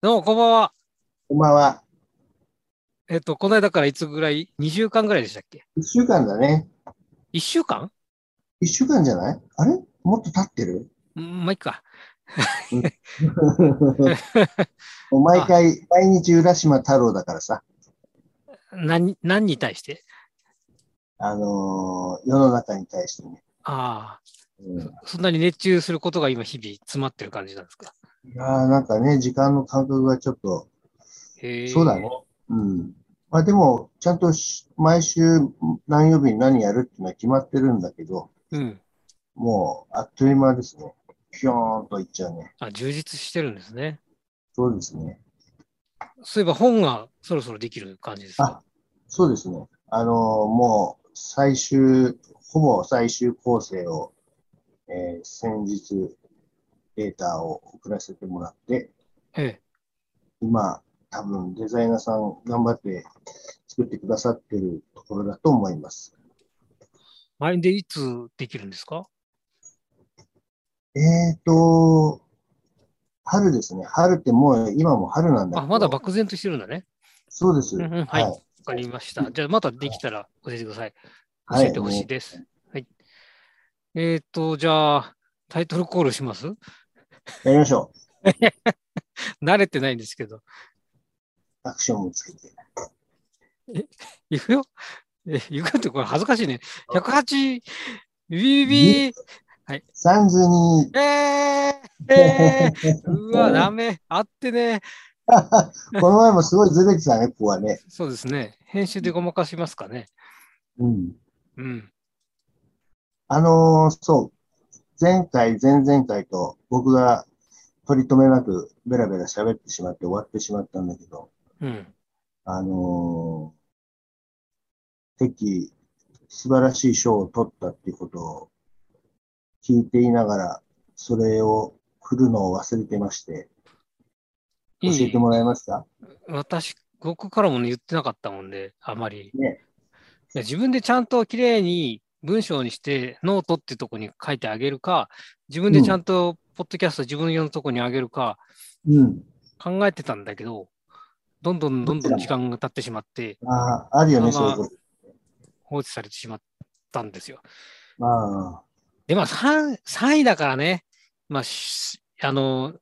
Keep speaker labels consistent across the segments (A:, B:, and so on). A: どうも、こんばんは。
B: こんばんは。
A: えっと、この間からいつぐらい ?2 週間ぐらいでしたっけ
B: 一週間だね。
A: ?1 週間
B: 一週間じゃないあれもっと経ってる
A: うんまあ、いっか。
B: もう毎 回、毎日浦島太郎だからさ、
A: 何、何に対して
B: あのー世の中に対してね。
A: あ
B: うん、い
A: あ、そんなに熱中することが今日々詰まってる感じなんですか
B: やーなんかね、時間の感覚がちょっと、
A: へえ
B: そうだね。うん。まあでも、ちゃんとし毎週何曜日に何やるっていうのは決まってるんだけど、
A: うん。
B: もうあっという間ですね。ピョーンといっちゃうね。
A: あ、充実してるんですね。
B: そうですね。
A: そういえば本がそろそろできる感じですか
B: あ、そうですね。あのーもう最終、ほぼ最終構成を、えー先日データを送らせてもらって、
A: え
B: 今、多分デザイナーさん頑張って作ってくださってるところだと思います。
A: え。あれでいつできるんですか
B: えっ、ー、と、春ですね。春ってもう今も春なんだけ
A: あ、
B: ど。
A: まだ漠然としてるんだね。
B: そうです。
A: うんうんはい。わかりました。じゃあまたできたら教えてください。教
B: はい
A: えてほしいです。はい。えっ、と、じゃあ、タイトルコールします
B: やりましょ
A: 慣れてないんですけど。
B: う。アクションをつけて。
A: いくよ。え、いくよってこれ恥ずかしいね。108、ビビビー
B: サンズに、
A: えー、えー、う わ、ダメ。あってね。
B: この前もすごいずれてたね、ここはね。
A: そうですね。編集でごまかしますかね。
B: うん。
A: うん。
B: あのーそう、前回、前々回と僕が取り留めなくベラベラ喋ってしまって終わってしまったんだけど、
A: うん。
B: あのー、敵、素晴らしい賞を取ったっていうことを聞いていながら、それを振るのを忘れてまして、教えてもらえますか
A: 私、僕からもね、言ってなかったもんで、あまり。
B: ね
A: いや自分でちゃんときれいに文章にして、ノートっていうとこに書いてあげるか、自分でちゃんと、ポッドキャスト自分用のとこにあげるか、
B: うん。
A: 考えてたんだけど、どんどんどんどん時間が経ってしまって、
B: ああ、あるよね、
A: まあ
B: そういうこと。
A: 放置されてしまったんですよ。
B: まあ、
A: で、まあ3、3位だからね、まあ、しあの、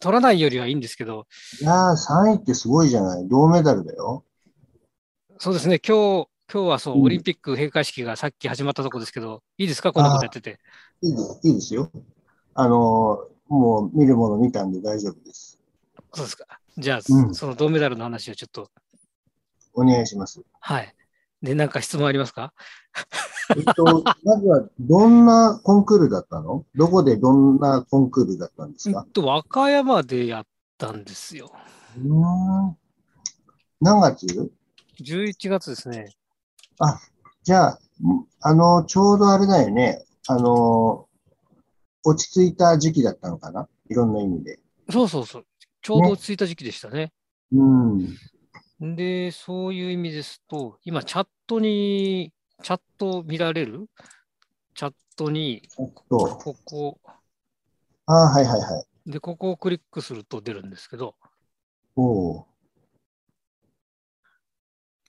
A: 取らないよりはいいんですけど、
B: いやー、3位ってすごいじゃない。銅メダルだよ。
A: そうですね、今日、今日はそうう、
B: ん
A: オリンピック閉会式がさっき始まったとこですけど、いいですか、こんなことやってて。
B: いいですいいですよ。あのー、もう見るもの見たんで大丈夫です。
A: そうですか。じゃあ、
B: うん
A: その銅メダルの話をちょっと、
B: お願いします。
A: はい。で、なんか質問ありますか
B: えっと、 まずは、どんなコンクールだったのどこでどんなコンクールだったんで
A: う
B: すか
A: んと、和歌山でやったんですよ。
B: うーん。何月
A: 11月ですね。
B: じゃあ、んあの、ちょうどあれだよね。あの、落ち着いた時期だったのかないろんな意味で。
A: そうそうそう。ちょうど落ち着いた時期でしたね。
B: うん。
A: で、そういう意味ですと、今、チャットに、チャット見られるチャットに、
B: えっと、
A: ここ、
B: ああ、はいはいはい。
A: で、ここをクリックすると出るんですけど、
B: おお。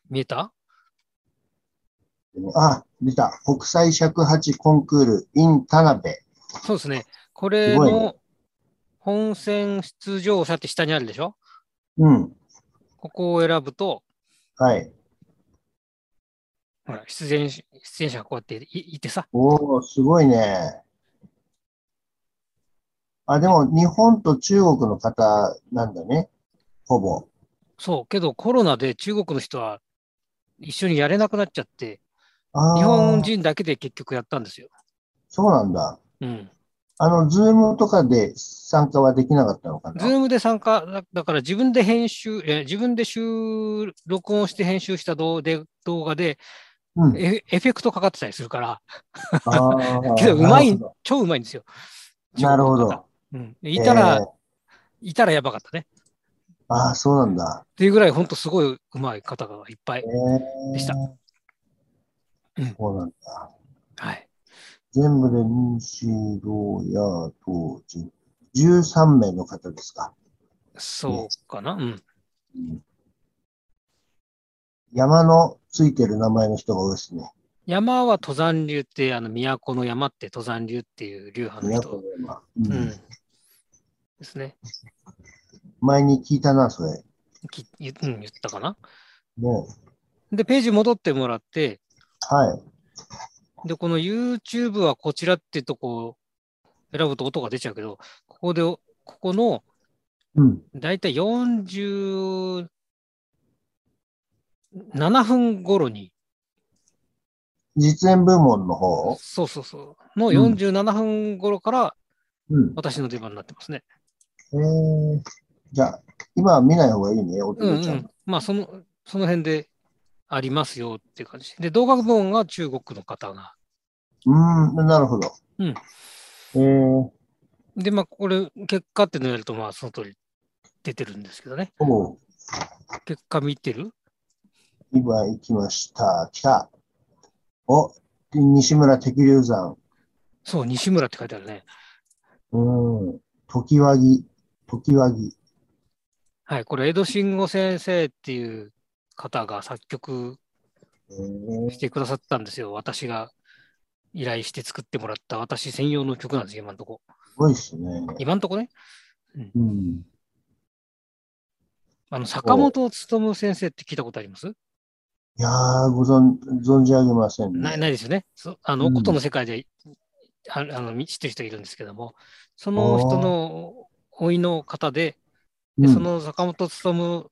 A: 見えた
B: あ、出た。国際尺八コンクール in 田辺。
A: そうですね。これ
B: すごい
A: の
B: ね
A: 本選出場者って下にあるでしょ
B: うん。
A: ここを選ぶと、
B: はい。
A: ほら、出演し出演者がこうやっていいてさ、
B: おお、すごいね。あ、でも日本と中国の方なんだね。ほぼ。
A: そう、けどコロナで中国の人は一緒にやれなくなっちゃって、
B: あー
A: 日本人だけで結局やったんですよ。
B: そうなんだ。
A: うん。
B: あの、ズームとかで参加はできなかったのか
A: ズ
B: な。
A: ームで参加、だだから自分で編集、えー自分で収録音して編集した動で動画で
B: うん。
A: エエフェクトかかってたりするから、
B: あ あ
A: けどうまい
B: なるほ
A: 超うまいんですよ。
B: ど。なるほ
A: 中国の方
B: ど。
A: うん。でいたら、
B: えー
A: いたらやばかったね。っ
B: ああ、そうなんだ。
A: ていうぐらい、本当すごいうまい方がいっぱい
B: え。ー
A: でしたうん
B: そうなんだ。
A: はい。
B: 全部で西、ローヤー、当時、13名の方ですか。
A: そうかな。うん。
B: うん山のついてる名前の人が多いですね。
A: 山は登山流って、あの、都の山って登山流っていう流派の
B: 宮古
A: 人。
B: の山。
A: う
B: うんん。。
A: ですね。
B: 前に聞いたな、それ。
A: き言うん言ったかな。
B: ね。
A: で、ページ戻ってもらって、
B: はい。
A: で、この YouTube はこちらっていうとこを選ぶと音が出ちゃうけど、ここで、ここの
B: うん。
A: だいたい47分頃に、
B: 実演部門の方
A: そうそうそう、の
B: うん
A: 47分頃から
B: うん。
A: 私の出番になってますね。
B: えー、じゃあ、今は見ない方がいいね、お
A: うんう
B: 父ちゃん。
A: ん。まあ、その、その辺でありますよっていう感じ。で、動画部門が中国の方が。
B: うん、なるほど。
A: うん
B: えー、
A: で、まあ、これ、結果っていうのをやると、まあ、その通り出てるんですけどね。
B: おう
A: 結果見てる
B: 今行きました。来た。お、西村適流山。
A: そう、西村って書いてあるね。
B: うん。時和木。時和木。
A: はい、これ、江戸慎吾先生っていう方が作曲
B: えー
A: してくださったんですよ。私が依頼して作ってもらった私専用の曲なんですよ、今んとこ。
B: すごいっすね。
A: 今んとこね、
B: うん。
A: あの坂本勉先生って聞いたことあります
B: いやー、ご存、存じ上げませんね。
A: ないないですよね。そあの、
B: うん
A: 琴の世界でああのみ知ってる人いるんですけども、その人のおいの方で、で
B: うん
A: その坂本勉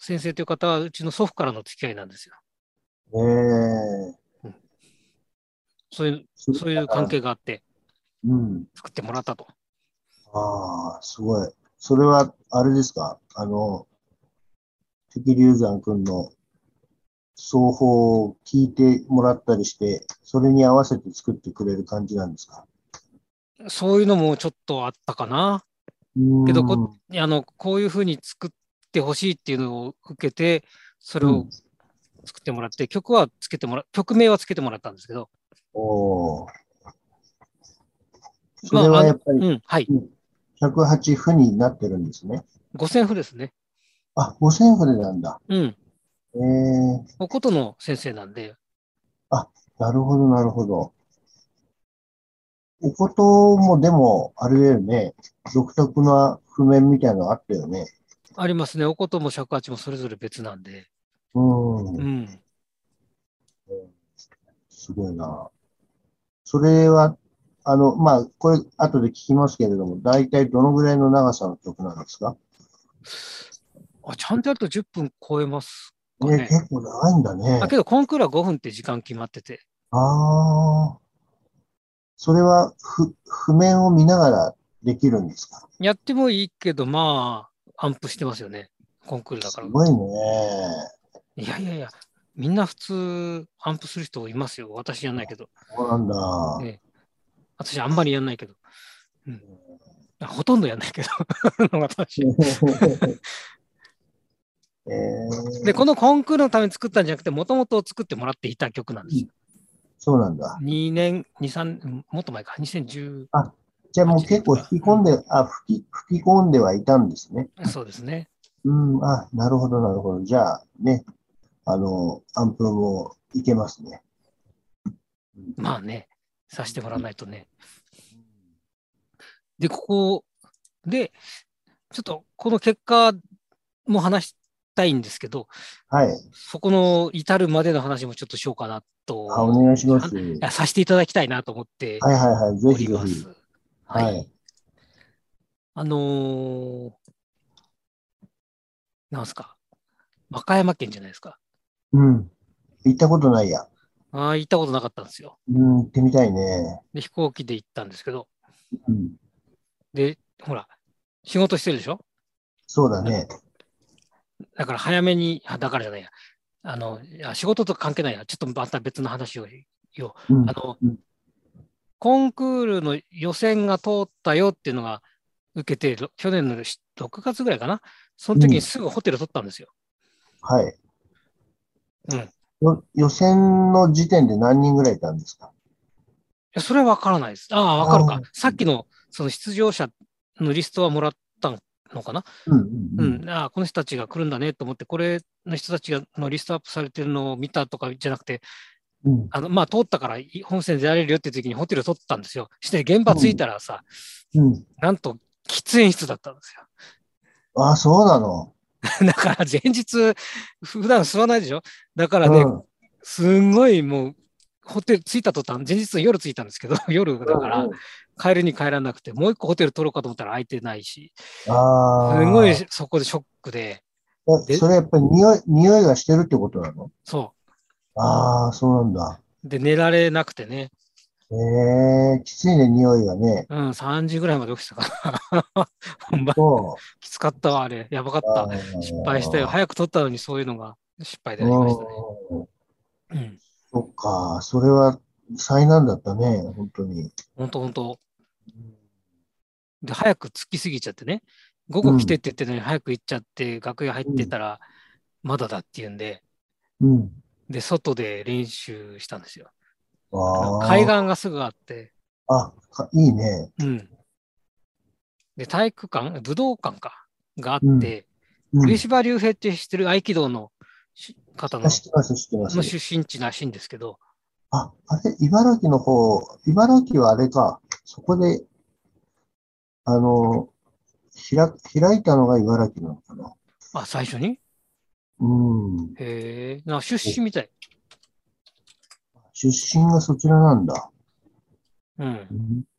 A: 先生という方は、うちの祖父からの付き合いなんですよ。
B: えー、
A: そういう
B: それ
A: そういう関。係があって、
B: うん。
A: 作ってもらったと。
B: ああ、すごい。それは、あれですかあの、敵龍山くんの奏法を聞いてもらったりして、それに合わせて作ってくれる感じなんですか
A: そういうのもちょっとあったかな。けどこいやあのこういうふうに作ってほしいっていうのを受けてそれ
B: う
A: を
B: ん
A: 作ってもらって、曲はつけてもら曲名はつけてもらったんですけど
B: おおー。そ
A: まあ
B: れ
A: あ
B: は
A: の
B: やっぱり
A: うんはい
B: 108譜になってるんですね。
A: 5000譜ですね
B: あ、5000譜でなんだ。
A: うん
B: ええ、
A: おことの先生なんで
B: なるほど、なるほど。おこともでも、あれだよね。独特な譜面みたいなのあったよね。
A: ありますねおことも尺八もそれぞれ別なんで
B: うん
A: う。ん
B: すごいな。それは、あの、まあ、これ、後で聞きますけれども、大体どのぐらいの長さの曲なんですか
A: あちゃんとやると10分超えますか
B: ね、
A: ね
B: 結構長いんだね
A: あ。けどコンクールは5分って時間決まってて
B: ああ。それは、ふ、譜面を見ながらできるんですか
A: やってもいいけどまあアンプしてますよねコンクールだ
B: す
A: から
B: ごいね。
A: いやいやいやみんな普通アンプする人いますよ私じゃないけど
B: そうなんだ。
A: ええ私あんまりやんないけど。うん、あほとんどやんないけど。 あの 私
B: えー
A: で、このコンクールのために作ったんじゃなくて、もともと作ってもらっていた曲なんですよ。
B: そうなんだ。
A: 2年、2、3、もっと前か、2010、
B: じゃあもう結構吹き込んで、あ、吹き、吹き込んではいたんですね。
A: そうですね。
B: うん、あ、なるほど、なるほど。じゃあね、あの、アンプもいけますね。
A: まあね、させてもらわないとね。で、ここで、ちょっとこの結果も話したいんですけど、
B: はい。
A: そこの至るまでの話もちょっとしようかなと、
B: あ、お願いします。
A: いやさせていただきたいなと思って
B: はいはいはい。
A: お
B: ぜひ
A: り
B: ぜ
A: ま
B: ひ
A: す。。
B: はい。
A: あのー、なんすか、和歌山県じゃないですか。
B: うん。行ったことないや。
A: ああ、行ったことなかったんですよ。
B: うん、行ってみたいね。
A: で、飛行機で行ったんですけど、
B: うん。
A: で、ほら、仕事してるでしょ
B: そうだね。
A: だから早めに、あだからじゃないや、あの、いや仕事と関係ないや、ちょっとまた別の話を、
B: うん
A: あ。の
B: うん、
A: コンクールの予選が通ったよっていうのが受けて、ろ去年のし6月ぐらいかな、その時にすぐホテル取ったんですよ。
B: はい。
A: うん
B: よ予選の時点で何人ぐらいいたんですか
A: いや、それは分からないです。ああ、分かる
B: あ
A: か。さっきの、その出場者のリストはもらったんのかな、
B: うん
A: う
B: うん
A: んああこの人たちが来るんだねと思って、これの人たちがのリストアップされてるのを見たとかじゃなくて、
B: うんうん
A: あのまあ、通ったからい本線出られるよっていう時にホテル取ったんですよ。して現場着いたらさ、
B: うん
A: なんと喫煙室だったんですよ。
B: ああ、そうなの。
A: だから前日、普段吸わないでしょだからね、
B: うん
A: すんごいもう、ホテル着いた途端、前日の夜着いたんですけど、 夜だか
B: う
A: ら
B: ん
A: 帰るに帰らなくて、もう一個ホテル取ろうかと思ったら空いてないし、す
B: ああ。
A: ごいそこでショックで、
B: えそれやっぱり匂い、匂いがしてるってことなの
A: そ
B: ああ、そうなんだ。
A: う。で、寝られなくてね、
B: ええきついね、匂いがね。
A: うん、3時ぐらいま で起きてたから、本番
B: そ
A: きつかったわ、あれ、やばかっ
B: う。
A: た。
B: あー
A: 失敗したよ。早く取ったのにそういうのが失敗でありましたね。
B: うん
A: うん。
B: そっか、それは災難だったね、本当に。
A: 本当本当で、早く着きすぎちゃってね。午後来てって言ってたのに早く行っちゃって、楽屋入ってたら、まだだって言うんで、
B: うん。
A: で、外で練習したんですよ。
B: ああ。
A: 海岸がすぐあって、
B: あ、かいいね。
A: うん。で、体育館、武道館か、があ
B: う
A: っ
B: ん
A: て、
B: うん。
A: 上
B: 知っ
A: 島竜兵って知ってる合気道のし方の
B: てます、知ってま
A: の
B: す。
A: 出身地らしいんですけど、
B: あ、あれ、茨城の方、茨城はあれか、そこで、あの、ひら、開いたのが茨城なのかな。
A: あ、最初に
B: うん。
A: へえ、な出身みたい。
B: 出身がそちらなんだ。
A: うん。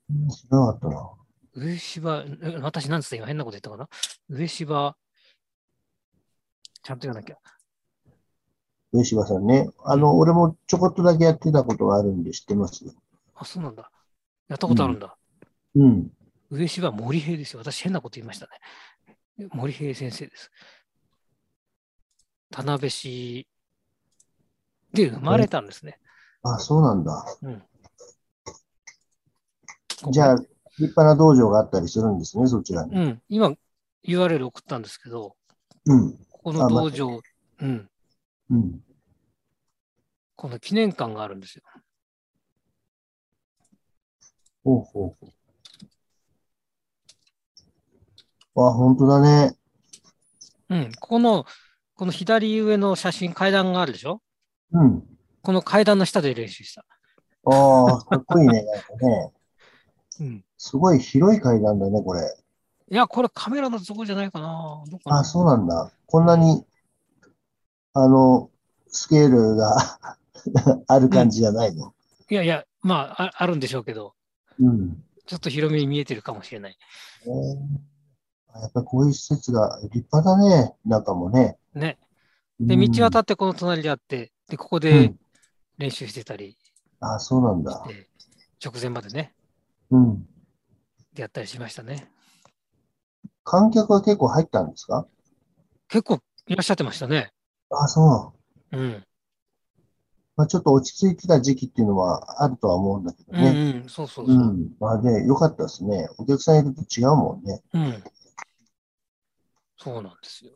B: うん、知らなかったな。
A: 上芝、え私なんつって今変なこと言ったかな上芝、ちゃんと言わなきゃ。
B: 上島さんね。あの、俺もちょこっとだけやってたことがあるんで知ってますよ。
A: あ、そうなんだ。やったことあるんだ。
B: うん。
A: 上芝森平ですよ。私変なこと言いましたね。森平先生です。田辺市で生まれたんですね。
B: あ、そうなんだ。
A: ここ
B: じゃあ、立派な道場があったりするんですね、そちらに。
A: うん。今 URL 送ったんですけど、
B: うん。
A: ここの道場、うん。
B: うん。
A: この記念館があるんですよ。
B: ほうほうほう。あ、本当だね。
A: うん。ここの、この左上の写真、階段があるでしょ
B: うん。
A: この階段の下で練習した。
B: ああ、かっこいいね。なんかね。
A: うん。
B: すごい広い階段だね、これ。
A: いや、これカメラのとこじゃないかな。どうかな
B: あ、そうなんだ。こんなに、あの、スケールが ある感じじゃないの。
A: いやいや、まああ、あるんでしょうけど、
B: うん。
A: ちょっと広めに見えてるかもしれない。
B: えーやっぱりこういう施設が立派だね、中もね。
A: ね。
B: うん
A: で、道渡ってこの隣であって、で、ここ
B: う
A: で
B: ん
A: 練習してたり
B: あ、そうなん
A: し
B: だ。
A: て、直前までね、
B: うん。
A: でやったりしましたね。
B: 観客は結構入ったんですか
A: 結構いらっしゃってましたね。
B: あ、そう。
A: うん。
B: まあ、ちょっと落ち着いてた時期っていうのはあるとは思うんだけど
A: うん、
B: ね。
A: うん。そうそう
B: う
A: そう。
B: ん。まあね、良かったですね。お客さんいると違うもんね。
A: うん。そうなんですよ。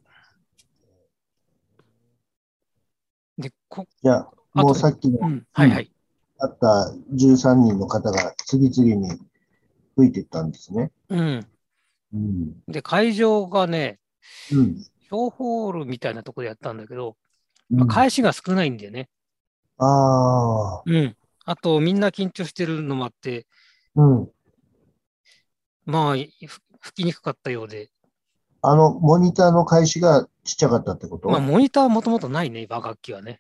A: で、こ、
B: じゃあ、
A: あと
B: もうさっきの
A: うん。はいはい。
B: あった13人の方が次々に吹いていったんですね。
A: うん。
B: うん。
A: で、会場がね、
B: うん。
A: 小ホールみたいなところでやったんだけど、
B: うん
A: まあ、返しが少ないんだよね。
B: ああ、
A: うん。あと、みんな緊張してるのもあって、
B: うん。
A: まあ、いふ吹きにくかったようで、
B: あの、モニターの開始がちっちゃかったってこと
A: まあ、モニターはもともとないね、和楽器はね。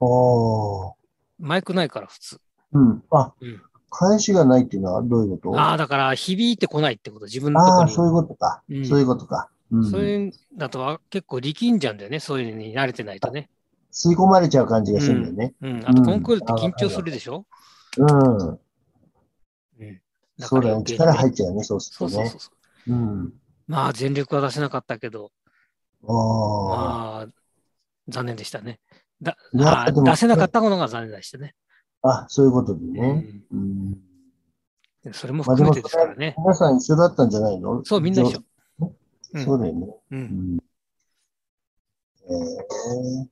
B: ああ。
A: マイクないから、普通。
B: うん。あ
A: うん、
B: 返しがないっていうのはどういうこと
A: ああ、だから、響いてこないってこと、自分のと
B: あ
A: こ
B: あ、
A: に。
B: そういうことか
A: うん。
B: そういうことか。うん。
A: そう
B: 吸い
A: いうんだとは結構力んじゃうんだよね、そういうのに慣れてないとね。
B: 込まれちゃう感じがするんだよね。
A: うん。あと、
B: うん
A: コンクールって緊張するでしょ
B: うん。
A: うん。
B: そうだよ
A: 余
B: ね。
A: 計に
B: 力入っちゃうね、そうす
A: そ
B: る
A: う
B: と
A: そう
B: ね
A: そ。うそう。
B: うん。
A: まあ、全力は出せなかったけど、
B: ああ。
A: まあ、残念でしたね。だ
B: いや
A: あ
B: でも
A: 出せなかったものが残念でしたね。
B: あ、そういうことで
A: う
B: ね。
A: ん、
B: うん。
A: それも
B: ま
A: 含
B: あで
A: め
B: も
A: てですからね。
B: 皆さん一緒だったんじゃないの
A: そう、みんな一緒。。うん
B: そうだよね。
A: う、
B: うんん。え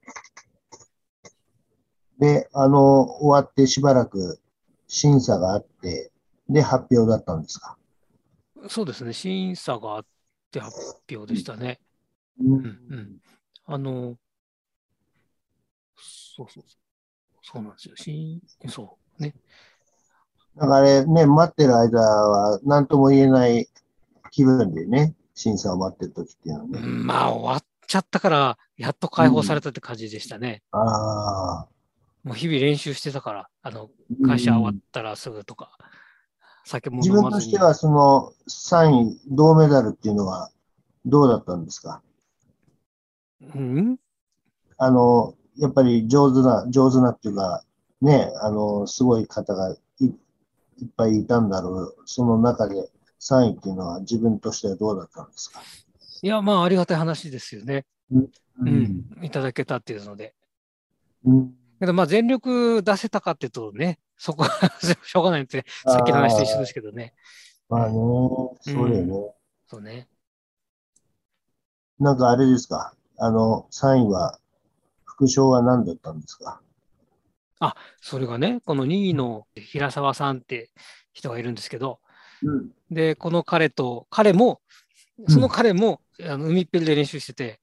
B: えで、あの、終わってしばらく審査があって、で、発表だったんですか。
A: そうですね、審査があっして発表でしたね。
B: うん
A: うんあの、そうそうそう。そうなんですよ。しそう。ね。
B: だからね、待ってる間は何とも言えない気分でね、審査を待ってる時っていうのは
A: う
B: ね。
A: んまあ、終わっちゃったから、やっと解放されたって感じでしたね。
B: ああ。
A: もう日々練習してたから、あの、会社終わったらすぐとか、酒も
B: 自
A: 飲
B: 分
A: ま
B: と
A: ず
B: し
A: に
B: ては、その3位、銅メダルっていうのはどうだったんですか
A: うん、
B: あの、やっぱり上手な、上手なっていうか、ね、あの、すごい方がいいっぱいいたんだろう。その中で3位っていうのは自分としてはどうだったんですか
A: いや、まあ、ありがたい話ですよね。
B: う
A: うん。、いただけたっていうので。
B: うん
A: けど、まあ、全力出せたかっていうとね、そこは しょうがないって、さっきの話と一緒ですけどね。
B: まあね、そうだよね。
A: そうね。
B: なんかあれですかあの、3位は、副賞は何だったんですか
A: それがね、この2位の平沢さんって人がいるんですけど、
B: うん。
A: で、この彼と、彼も、その彼も、あの海っぺりで練習してて、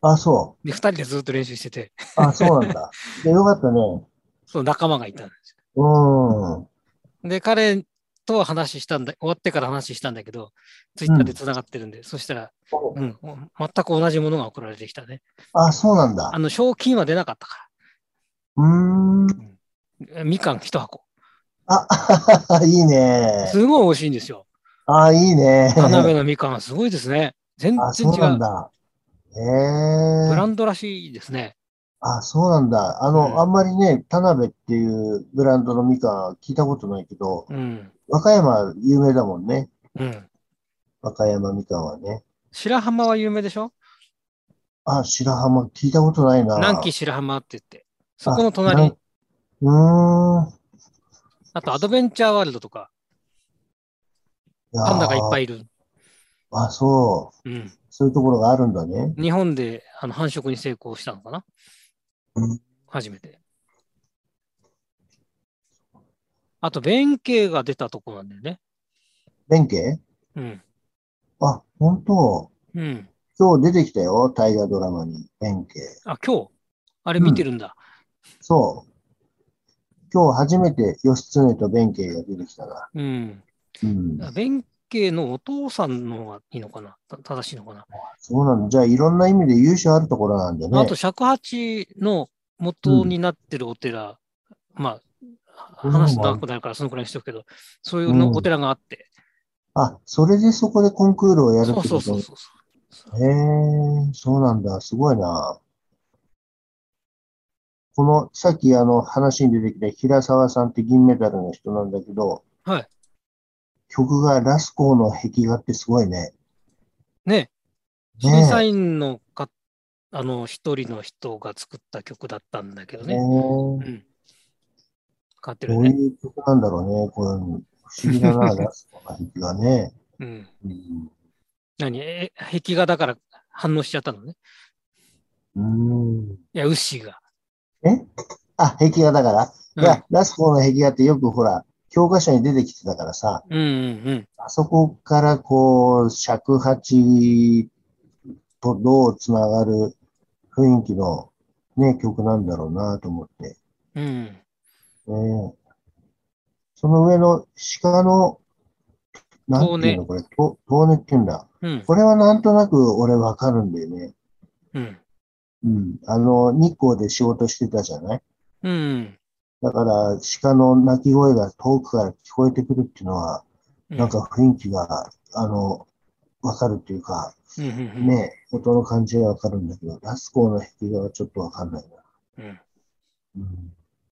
B: あ、そ
A: で、2人でずっと練習してて、
B: う。あ、そうな んだ。でよかったね。
A: その仲間がいたんです
B: うん。
A: よ。で、彼とは話したんだ、終わってから話したんだけど、ツイッターでつながってるんで、そしたら、うん、お全く同じものが送られてきたね。
B: あ、そうなんだ
A: あ。の、賞金は出なかったか
B: うーん。
A: ら、みかん1箱。
B: あ、 いいね。
A: すごい美味しいんですよ。
B: あ、いいね。
A: 田辺のみかんはすごいですね。全
B: あ、
A: 然
B: そう
A: 違
B: なん
A: う。
B: だ。え
A: ブラ
B: え。
A: ンドらしいですね。
B: あ、そうなんだ。あ
A: うん
B: の、あんまりね、田辺っていうブランドのみかん聞いたことないけど、
A: うん。
B: 和歌山有名だもんね。
A: うん。
B: 和歌山みかんはね。
A: 白浜は有名でしょ
B: あ、白浜聞いたことないな。
A: 南紀白浜って言って。そこの隣、あ
B: あなんうーん。
A: とアドベンチャーワールドとか、パンダがいっぱ
B: いや
A: いいる。
B: ー。あ、そう。
A: うん。
B: そういうところがあるんだね。
A: 日本であの繁殖に成功したのかな
B: うん
A: 初めて。あと、弁慶が出たとこなんだよね。
B: 弁慶
A: うん。
B: あ、本当。
A: うん。
B: 今日出てきたよ。大河ドラマに弁慶。
A: あ、今日あれ見てるんだ。
B: そう。今日初めて義経と弁慶が出てきたな。
A: うん。
B: うん。
A: 弁慶のお父さんの方がいいのかなた正しいのかな、
B: そうなんだ。じゃあ、いろんな意味で優秀あるところなんでね。
A: あと尺八の元になってるお寺、まあ
B: うん
A: 話すと長くなるからそのくらいにしとくけど、そういうの
B: うん
A: お寺があって、
B: あ、それでそこでコンクールをやるって
A: そ
B: こ
A: う
B: と
A: そうそうそうそう
B: へえ、そうなんだ。すごいな。この、さっきあの話に出てきた平沢さんって銀メダルの人なんだけど、
A: はい。
B: 曲がラスコーの壁画ってすごいね。
A: ね
B: ね
A: 審査員のかあの一人の人が作った曲だったんだけど
B: ねえ
A: ね、う
B: ど
A: ん、買ってる
B: う
A: ね、
B: いう曲なんだろうね。これ、不思議だな、ラスコーの壁画ね。
A: うん、
B: うん
A: 何え壁画だから反応しちゃったのね
B: うん。
A: いやウッシーが、
B: あ、壁画だから。
A: う
B: いや
A: ん、
B: ラスコーの壁画ってよくほら、教科書に出てきてたからさ、
A: うんうんうん
B: あそこからこう、尺八とどうつながる雰囲気のね、曲なんだろうなと思って。
A: うん
B: ええその上の鹿の、なんていうのこれ、と遠根っていうんだ。
A: うん
B: これはなんとなく俺わかるんだよね。
A: うん
B: うん。あの、日光で仕事してたじゃない
A: うん
B: だから、鹿の鳴き声が遠くから聞こえてくるっていうのは、
A: う
B: なんか雰囲気が、あの、わかるっていうか、
A: うんうんうん
B: ねえ、音の感じはわかるんだけど、ラスコーの壁画はちょっとわかんないな。
A: うん
B: うん